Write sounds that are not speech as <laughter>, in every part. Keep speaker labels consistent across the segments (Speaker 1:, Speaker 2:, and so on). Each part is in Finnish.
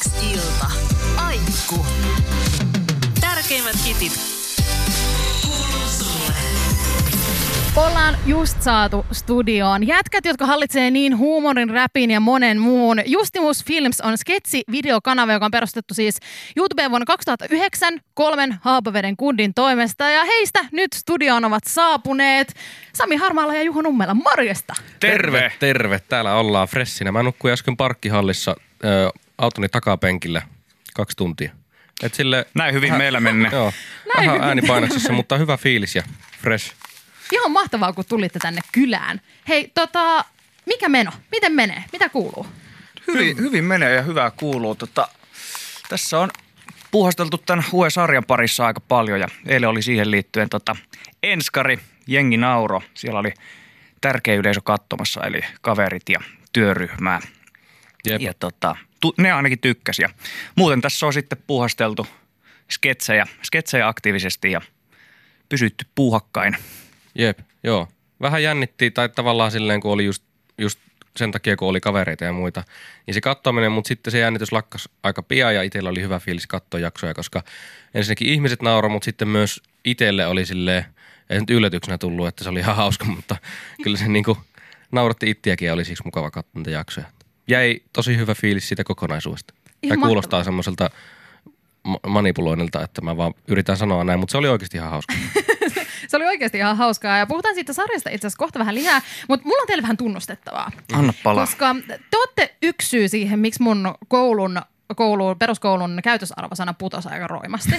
Speaker 1: X ilta. Aikku. Tärkeimmät hitit. Kuuluu sulle.
Speaker 2: Ollaan just saatu studioon jätkät, jotka hallitsee niin huumorin, räpin ja monen muun. Justimus Films on sketsi-videokanava, joka on perustettu siis YouTubeen vuonna 2009 kolmen Haapaveden kundin toimesta. Ja heistä nyt studioon ovat saapuneet Sami Harmaala ja Juho Nummela. Morjesta!
Speaker 3: Terve!
Speaker 4: Terve, täällä ollaan fressinä. Mä nukkuin äsken parkkihallissa ö, autoni takapenkillä kaksi tuntia. Et sille,
Speaker 3: Näin hyvin meillä menne.
Speaker 4: joo,
Speaker 2: Näin
Speaker 4: vähän
Speaker 2: hyvin
Speaker 4: äänipainoksessa, mutta hyvä fiilis ja fresh.
Speaker 2: Ihan mahtavaa, kun tulitte tänne kylään. Hei, tota, mikä meno? Miten menee? Mitä kuuluu?
Speaker 3: Hyvin, hyvin menee ja hyvää kuuluu. Tota, tässä on puuhasteltu tämän UE-sarjan parissa aika paljon ja eilen oli siihen liittyen tota, Enskari, jengi nauro. Siellä oli tärkeä yleisö katsomassa eli kaverit ja työryhmää.
Speaker 4: Jep.
Speaker 3: Ja tota, tu- ne ainakin tykkäsi. Ja muuten tässä on sitten puuhasteltu sketsejä, sketsejä aktiivisesti ja pysytty puuhakkain.
Speaker 4: Jep, joo. Vähän jännitti, tai tavallaan silleen, kun oli just, just sen takia, kun oli kavereita ja muita. Niin se kattominen, mutta sitten se jännitys lakkas aika pian ja itsellä oli hyvä fiilis katsoa jaksoja, koska ensinnäkin ihmiset nauroi, mutta sitten myös itselle oli silleen, ei se nyt yllätyksenä tullut, että se oli ihan <laughs> hauska, mutta kyllä se niinku nauratti ittiäkin ja oli siksi mukava katsoa niitä jaksoja. Jäi tosi hyvä fiilis siitä kokonaisuudesta.
Speaker 2: Ihan
Speaker 4: Tämä
Speaker 2: mahtavaa.
Speaker 4: kuulostaa semmoiselta ma- manipuloinnilta, että mä vaan yritän sanoa näin, mutta se oli oikeasti ihan hauska.
Speaker 2: Se oli oikeasti ihan hauskaa ja puhutaan siitä sarjasta itse asiassa kohta vähän lisää, mutta mulla on teille vähän tunnustettavaa.
Speaker 3: Anna palaa.
Speaker 2: Koska te olette yksi syy siihen, miksi mun koulun, koulun peruskoulun käytösarvosana putosi aika roimasti.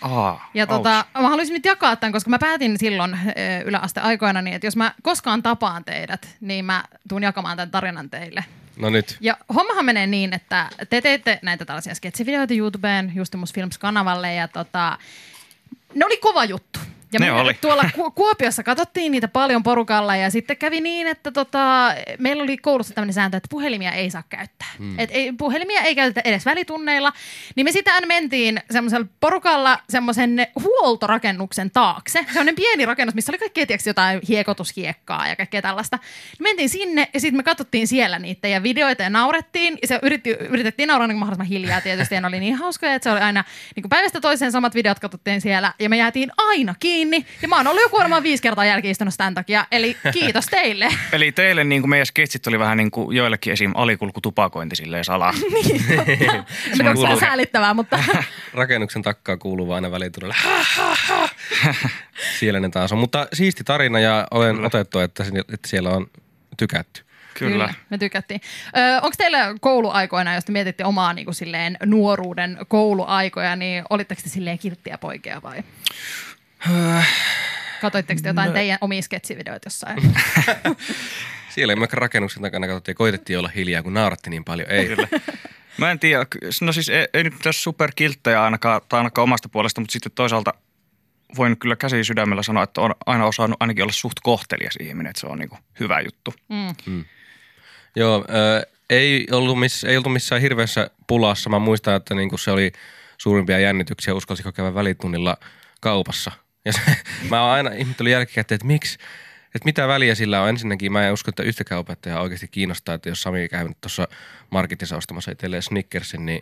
Speaker 3: Aa,
Speaker 2: Ja tota, mä haluaisin nyt jakaa tämän, koska mä päätin silloin ö, yläaste aikoina, niin että jos mä koskaan tapaan teidät, niin mä tuun jakamaan tämän tarinan teille.
Speaker 4: No nyt.
Speaker 2: Ja hommahan menee niin, että te teette näitä tällaisia sketsivideoita YouTubeen, Justimus Films-kanavalle ja tota, ne oli kova juttu. Ja
Speaker 3: Ne
Speaker 2: me
Speaker 3: oli.
Speaker 2: Tuolla
Speaker 3: <laughs>
Speaker 2: Ku- Kuopiossa katsottiin niitä paljon porukalla ja sitten kävi niin, että tota, meillä oli koulussa tämmöinen sääntö, että puhelimia ei saa käyttää.
Speaker 3: Hmm.
Speaker 2: Mm. Et ei, puhelimia ei käytetä edes välitunneilla. Niin me sitä mentiin semmoisella porukalla semmoisen huoltorakennuksen taakse. Semmoinen pieni rakennus, missä oli kaikkea tiiäks, jotain hiekotushiekkaa ja kaikkea tällaista. Me mentiin sinne ja sitten me katsottiin siellä niitä ja videoita ja naurettiin. Ja se yritti, yritettiin nauraa niin kuin mahdollisimman hiljaa tietysti ja ne oli niin hauskoja, että se oli aina niin kuin päivästä toiseen samat videot katsottiin siellä ja me jäätiin aina kiinni. Ja mä oon ollut joku varmaan viisi kertaa jälkiistunnossa tämän takia, eli kiitos teille.
Speaker 3: Eli teille niin kuin meidän sketsit oli vähän niin kuin joillekin esim. alikulkutupakointi silleen salaa.
Speaker 2: <laughs> Se on vähän
Speaker 4: kuuluu.
Speaker 2: säälittävää, mutta
Speaker 4: rakennuksen takkaa kuuluu aina välitunnolla. Siellä ne taas on. Mutta siisti tarina ja olen otettu, että, sinne- että siellä on tykätty.
Speaker 3: Kyllä.
Speaker 2: Niin, me tykättiin. Öö, Onko teillä kouluaikoina, jos te mietitte omaa niin kuin silleen, nuoruuden kouluaikoja, niin olitteko te silleen kilttiä poikia vai? Katoitteko te jotain teidän omia sketsivideoita jossain? <laughs>
Speaker 4: Siellä me rakennuksen takana katsottiin ja koitettiin olla hiljaa, kun nauratti niin paljon. Ei.
Speaker 3: Mä en tiedä, no siis ei, ei nyt tässä superkilttejä ainakaan, tai ainakaan omasta puolesta, mutta sitten toisaalta voin kyllä käsi sydämellä sanoa, että on aina osannut ainakin olla suht kohtelias ihminen, että se on niin kuin hyvä juttu.
Speaker 4: Joo, ö, ei, ollut miss, ei oltu missään hirveässä pulassa. Mä muistan, että niinku se oli suurimpia jännityksiä, uskalsiko käydä välitunnilla kaupassa. Ja se, <laughs> mä oon aina ihmettellyt jälkikäteen, että miksi, että mitä väliä sillä on. Ensinnäkin mä en usko, että yhtäkään opettajaa oikeasti kiinnostaa, että jos Sami käy nyt tuossa marketissa ostamassa itselleen Snickersin, niin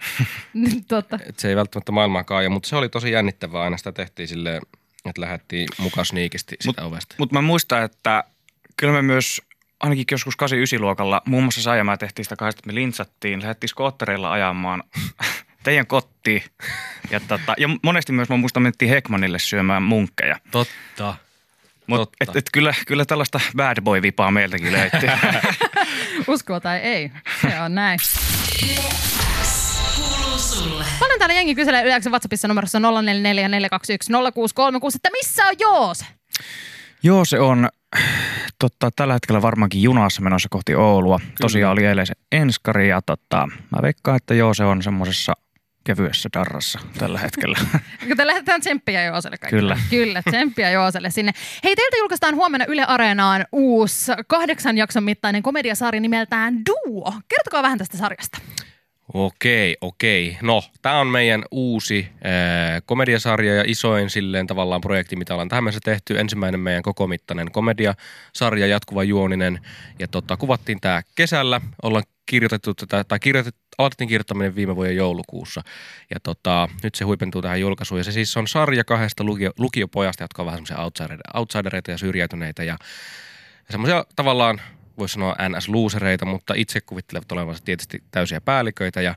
Speaker 2: Totta.
Speaker 4: et se ei välttämättä maailmaa kaaja, mutta se oli tosi jännittävää aina. Sitä tehtiin silleen, että lähdettiin mukaan sniikisti sitä Mut, ovesta.
Speaker 3: Mutta mä muistan, että kyllä me myös ainakin joskus 89-luokalla, muun muassa sä ja mä tehtiin sitä kahdesta, että me lintsattiin, lähdettiin skoottereilla ajamaan <laughs> teidän kotiin. Ja, tota, ja monesti myös mä muistan, mentiin Hekmanille syömään munkkeja.
Speaker 4: Totta.
Speaker 3: Mut,
Speaker 4: Totta.
Speaker 3: et, et kyllä, kyllä tällaista bad boy-vipaa meiltäkin löytyy.
Speaker 2: Uskoa tai ei, se on näin.
Speaker 1: Kuuluu sulle.
Speaker 2: Paljon täällä jengi kyselee yleensä WhatsAppissa numerossa 0444210636, että missä on Joose?
Speaker 3: Joo, se on totta, tällä hetkellä varmaankin junassa menossa kohti Oulua. Kyllä. Tosiaan oli eilen se enskari ja totta, mä veikkaan, että joo, se on semmoisessa kevyessä darrassa tällä hetkellä.
Speaker 2: Kun te lähetetään tsemppiä Jooselle kaikille.
Speaker 3: Kyllä.
Speaker 2: Kyllä, tsemppiä Jooselle sinne. Hei, teiltä julkaistaan huomenna Yle Areenaan uusi kahdeksan jakson mittainen komediasarja nimeltään Duo. Kertokaa vähän tästä sarjasta.
Speaker 4: Okei, okei. No, tämä on meidän uusi äh, komediasarja ja isoin silleen tavallaan projekti, mitä ollaan tähän mennessä tehty. Ensimmäinen meidän kokomittainen komediasarja, jatkuva juoninen. Ja tota, kuvattiin tämä kesällä. Ollaan kirjoitettu tätä, tai kirjoitettu, aloitettiin kirjoittaminen viime vuoden joulukuussa. Ja tota, nyt se huipentuu tähän julkaisuun. Ja se siis on sarja kahdesta lukio, lukiopojasta, jotka on vähän semmoisia outsidereita, outsidereita ja syrjäytyneitä. Ja semmoisia tavallaan, voisi sanoa NS-luusereita, mutta itse kuvittelevat olevansa tietysti täysiä päälliköitä. Ja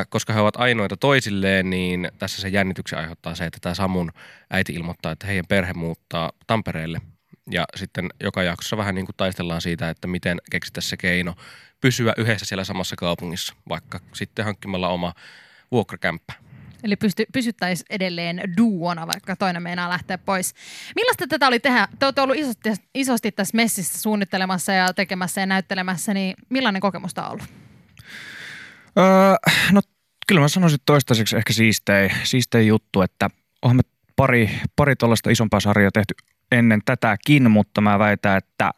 Speaker 4: Ö, koska he ovat ainoita toisilleen, niin tässä se jännityksen aiheuttaa se, että tämä Samun äiti ilmoittaa, että heidän perhe muuttaa Tampereelle. Ja sitten joka jaksossa vähän niin kuin taistellaan siitä, että miten keksitään se keino pysyä yhdessä siellä samassa kaupungissa, vaikka sitten hankkimalla oma vuokrakämppä.
Speaker 2: Eli pysty, pysyttäisiin edelleen duona, vaikka toinen meinaa lähteä pois. Millaista tätä oli tehdä? Te olette ollut isosti, isosti tässä messissä suunnittelemassa ja tekemässä ja näyttelemässä, niin millainen kokemus tämä on ollut?
Speaker 3: Öö, no kyllä mä sanoisin että toistaiseksi ehkä siistein, siistein juttu, että onhan me pari, pari tuollaista isompaa sarjaa tehty ennen tätäkin, mutta mä väitän, että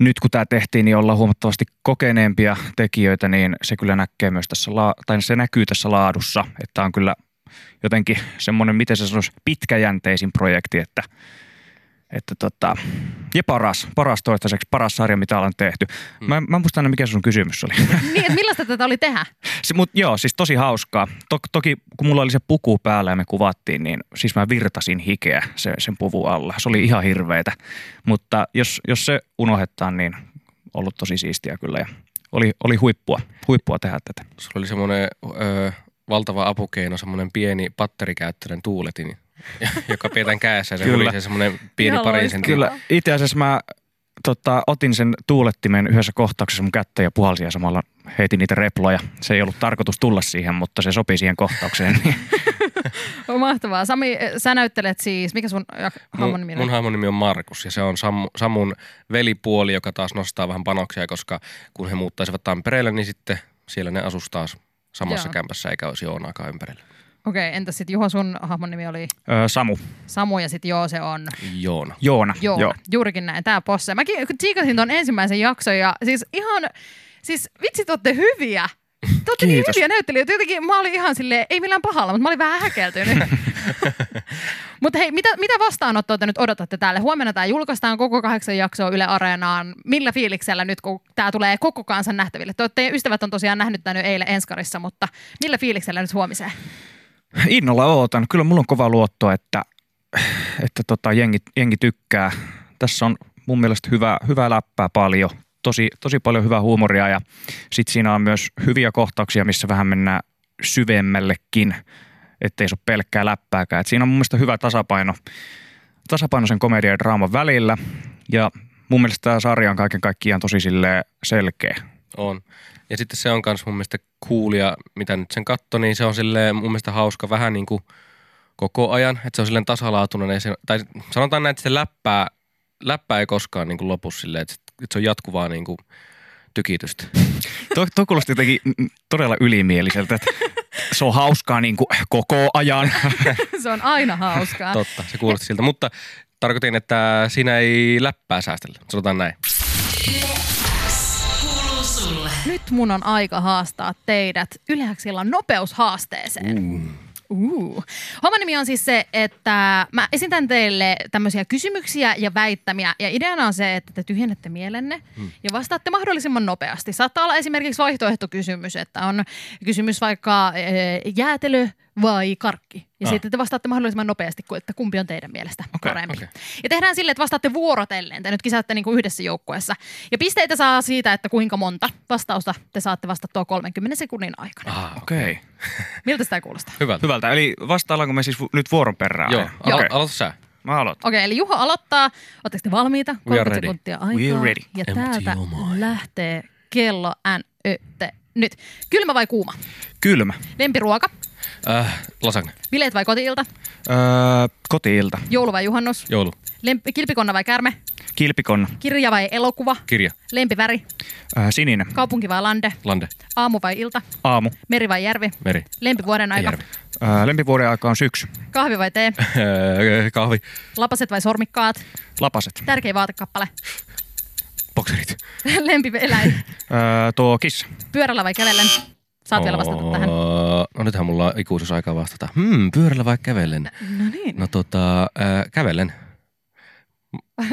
Speaker 3: nyt kun tämä tehtiin, niin ollaan huomattavasti kokeneempia tekijöitä, niin se kyllä näkee myös tässä, la- tai se näkyy tässä laadussa, että on kyllä jotenkin semmoinen, miten se sanoisi, pitkäjänteisin projekti, että että tota, ja paras, paras toistaiseksi, paras sarja, mitä ollaan tehty. Mä, mä en muista aina, mikä sun kysymys oli. <laughs>
Speaker 2: Niin, että millaista tätä oli tehdä?
Speaker 3: Se, mut joo, siis tosi hauskaa. Tok, toki kun mulla oli se puku päällä ja me kuvattiin, niin siis mä virtasin hikeä se, sen puvun alla. Se oli ihan hirveetä. Mutta jos, jos se unohdetaan, niin ollut tosi siistiä kyllä ja oli, oli huippua, huippua tehdä tätä.
Speaker 4: Sulla oli semmoinen ö, valtava apukeino, semmoinen pieni patterikäyttöinen tuuletin, <laughs> joka pidetään kädessä. Se
Speaker 3: Kyllä.
Speaker 4: oli se semmoinen pieni
Speaker 2: Ihan
Speaker 4: pari
Speaker 2: loistava.
Speaker 4: sentin
Speaker 3: Kyllä, itse asiassa mä tota, otin sen tuulettimen yhdessä kohtauksessa mun kättä ja puhalsin ja samalla heitin niitä reploja. Se ei ollut tarkoitus tulla siihen, mutta se sopii siihen kohtaukseen. <laughs> niin
Speaker 2: On Mahtavaa. Sami, äh, sä näyttelet siis, mikä sun äh, hahmon nimi
Speaker 4: mun,
Speaker 2: on?
Speaker 4: mun hahmon nimi on Markus ja se on Sam, Samun velipuoli, joka taas nostaa vähän panoksia, koska kun he muuttaisivat Tampereelle, niin sitten siellä ne asus taas samassa
Speaker 2: Joo.
Speaker 4: Joo. kämpässä eikä olisi Joonaakaan ympärillä.
Speaker 2: Okei, okay, entäs sitten Juho, sun hahmon nimi oli
Speaker 3: Öö, Samu,
Speaker 2: Samu ja sitten joo, se on
Speaker 4: Joona.
Speaker 3: Joona.
Speaker 2: joo, joo. juurikin näin, tää posse. Mäkin tsiikasin ton ensimmäisen jakson ja siis ihan, siis vitsit olette hyviä. Te olette niin
Speaker 3: Kiitos.
Speaker 2: hyviä näyttelijöitä. Jotenkin mä olin ihan silleen, ei millään pahalla, mutta mä olin vähän häkeltynyt. mutta hei, mitä, mitä vastaanottoa te nyt odotatte täällä? Huomenna tämä julkaistaan koko kahdeksan jaksoa Yle Areenaan. Millä fiiliksellä nyt, kun tämä tulee koko kansan nähtäville? Te, teidän ystävät on tosiaan nähnyt tämän jo eilen Enskarissa, mutta millä fiiliksellä nyt huomiseen?
Speaker 3: Innolla ootan. Kyllä mulla on kova luotto, että, että tota, jengi, jengi tykkää. Tässä on mun mielestä hyvää, hyvää läppää paljon. Tosi, tosi paljon hyvää huumoria ja sitten siinä on myös hyviä kohtauksia, missä vähän mennään syvemmällekin, ettei se ole pelkkää läppääkään. Et siinä on mun mielestä hyvä tasapaino, tasapaino sen komedian ja draaman välillä ja mun mielestä tämä sarja on kaiken kaikkiaan tosi silleen selkeä.
Speaker 4: On. Ja sitten se on myös mun mielestä coolia, mitä nyt sen katto, niin se on silleen mun mielestä hauska vähän niin kuin koko ajan, että se on silleen tasalaatuinen. Ei se, tai sanotaan näin, että se läppää, läppää ei koskaan niin kuin lopu silleen, että, että se on jatkuvaa niin kuin tykitystä.
Speaker 3: Tuo, tuo kuulosti jotenkin mm, todella ylimieliseltä, että se on hauskaa niin kuin koko ajan.
Speaker 2: <laughs>
Speaker 4: <laughs>
Speaker 2: se on aina hauskaa.
Speaker 4: Totta, se kuulosti siltä. Mutta tarkoitin, että siinä ei läppää säästellä. Sanotaan näin.
Speaker 1: Kuuluu sulle.
Speaker 2: Nyt mun on aika haastaa teidät Ylehäksillä nopeushaasteeseen. Uh. Homman nimi on siis se, että mä esitän teille tämmöisiä kysymyksiä ja väittämiä. Ja ideana on se, että te tyhjennätte mielenne
Speaker 4: Hmm.
Speaker 2: ja vastaatte mahdollisimman nopeasti. Saattaa olla esimerkiksi vaihtoehtokysymys, että on kysymys vaikka eh, jäätelö vai karkki. Ja
Speaker 4: Ah.
Speaker 2: sitten te vastaatte mahdollisimman nopeasti, ku- että kumpi on teidän mielestä
Speaker 3: Okei,
Speaker 2: parempi.
Speaker 4: okei.
Speaker 2: Ja tehdään sille, että vastaatte vuorotellen. Te nyt kisaatte niin kuin yhdessä joukkueessa. Ja pisteitä saa siitä, että kuinka monta vastausta te saatte vastattua 30 sekunnin aikana.
Speaker 4: Ah,
Speaker 3: Okei. Okay.
Speaker 2: Miltä sitä kuulostaa?
Speaker 4: Hyvältä.
Speaker 3: Hyvältä. Eli vastaillaanko me siis vu- nyt vuoron perään?
Speaker 4: Joo,
Speaker 3: aina?
Speaker 4: Al-
Speaker 3: Okei.
Speaker 4: aloita sä.
Speaker 3: Mä aloitan.
Speaker 2: Okei, eli Juho aloittaa. Oletteko te valmiita?
Speaker 4: We are
Speaker 2: 30
Speaker 4: ready.
Speaker 2: sekuntia
Speaker 3: We
Speaker 2: aikaa.
Speaker 3: are ready.
Speaker 2: Ja
Speaker 4: Empty
Speaker 2: täältä
Speaker 4: your mind.
Speaker 2: lähtee kello NYT. Nyt. Kylmä vai kuuma?
Speaker 3: Kylmä.
Speaker 2: Lempiruoka?
Speaker 4: Äh, lasagne,
Speaker 2: Bileet vai kotiilta?
Speaker 3: Öö, kotiilta.
Speaker 2: Joulu vai juhannus?
Speaker 4: joulu,
Speaker 2: Lempi, kilpikonna vai kärme?
Speaker 3: Kilpikonna.
Speaker 2: Kirja vai elokuva?
Speaker 4: kirja,
Speaker 2: Lempiväri?
Speaker 3: Öö, sininen.
Speaker 2: Kaupunki vai lande?
Speaker 4: lande,
Speaker 2: Aamu vai ilta?
Speaker 3: Aamu.
Speaker 2: Meri vai järvi?
Speaker 4: meri, <laughs>
Speaker 2: Lempivuoden
Speaker 4: ei
Speaker 2: aika?
Speaker 4: järvi.
Speaker 3: Öö, lempivuoden aika on syksy.
Speaker 2: Kahvi vai tee?
Speaker 4: Öö, kahvi,
Speaker 2: Lapaset vai sormikkaat?
Speaker 3: Lapaset.
Speaker 2: Tärkein <laughs> vaatekappale.
Speaker 4: bokserit.
Speaker 2: Lempieläin.
Speaker 3: Öö, tuo kissa.
Speaker 2: Pyörällä vai kävellen? Saat vielä vastata tähän.
Speaker 4: Oo, No nythän mulla on ikuisuusaikaa vastata. Hmm, pyörällä vai kävellen?
Speaker 2: No niin.
Speaker 4: No tota, äh, kävellen.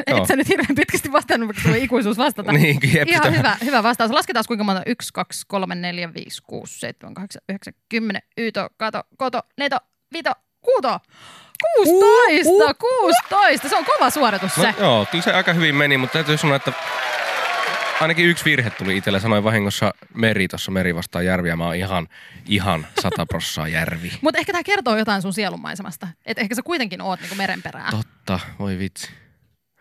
Speaker 2: Et sä nyt hirveän pitkästi vastannut, vaikka tuli ikuisuus vastata.
Speaker 4: <laughs> Niin, jep,
Speaker 2: Ihan
Speaker 4: sitä-
Speaker 2: hyvä, hyvä vastaus. Lasketaan kuinka monta. 1, 2, 3, 4, 5, 6, 7, 8, 9, 10, yto, kato, koto, neto, vito, kuuto. 16, 16. Se on kova suoritus se.
Speaker 4: No, joo, kyllä se aika hyvin meni, mutta täytyy sanoa, että ainakin yksi virhe tuli itsellä. Sanoin vahingossa meri tuossa, meri vastaa järvi ja mä oon ihan, ihan sata prossaa
Speaker 2: <laughs>
Speaker 4: järvi.
Speaker 2: Mutta ehkä tämä kertoo jotain sun sielunmaisemasta. Että ehkä sä kuitenkin oot niinku merenperää.
Speaker 4: Totta, voi vitsi.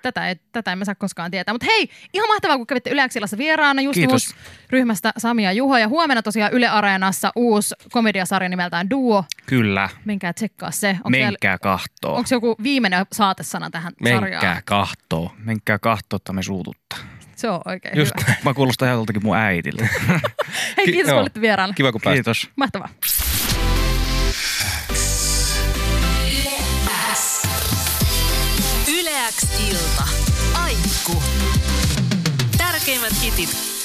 Speaker 2: Tätä, ei, tätä emme saa koskaan tietää. Mutta hei, ihan mahtavaa, kun kävitte Yle Aksilassa vieraana
Speaker 3: Kiitos.
Speaker 2: ryhmästä Sami ja Juho. Ja huomenna tosiaan Yle Areenassa uusi komediasarja nimeltään Duo.
Speaker 3: Kyllä,
Speaker 2: Menkää tsekkaa se. Onko siellä-
Speaker 3: menkää kahtoo.
Speaker 2: Onko joku viimeinen saatesana tähän sarjaan?
Speaker 4: Menkää kahtoo.
Speaker 3: Menkää kahtoo, että me suututtaa.
Speaker 2: Se on oikein
Speaker 4: Just
Speaker 2: hyvä.
Speaker 3: Mä kuulostan ihan joltakin mun äitiltä.
Speaker 2: Hei,
Speaker 4: Ki-
Speaker 2: kiitos kun
Speaker 4: joo.
Speaker 2: olitte vieraana.
Speaker 4: Kiva kun pääsit.
Speaker 3: Kiitos.
Speaker 2: Mahtavaa.
Speaker 1: Yleäks ilta. Aikku. Tärkeimmät hitit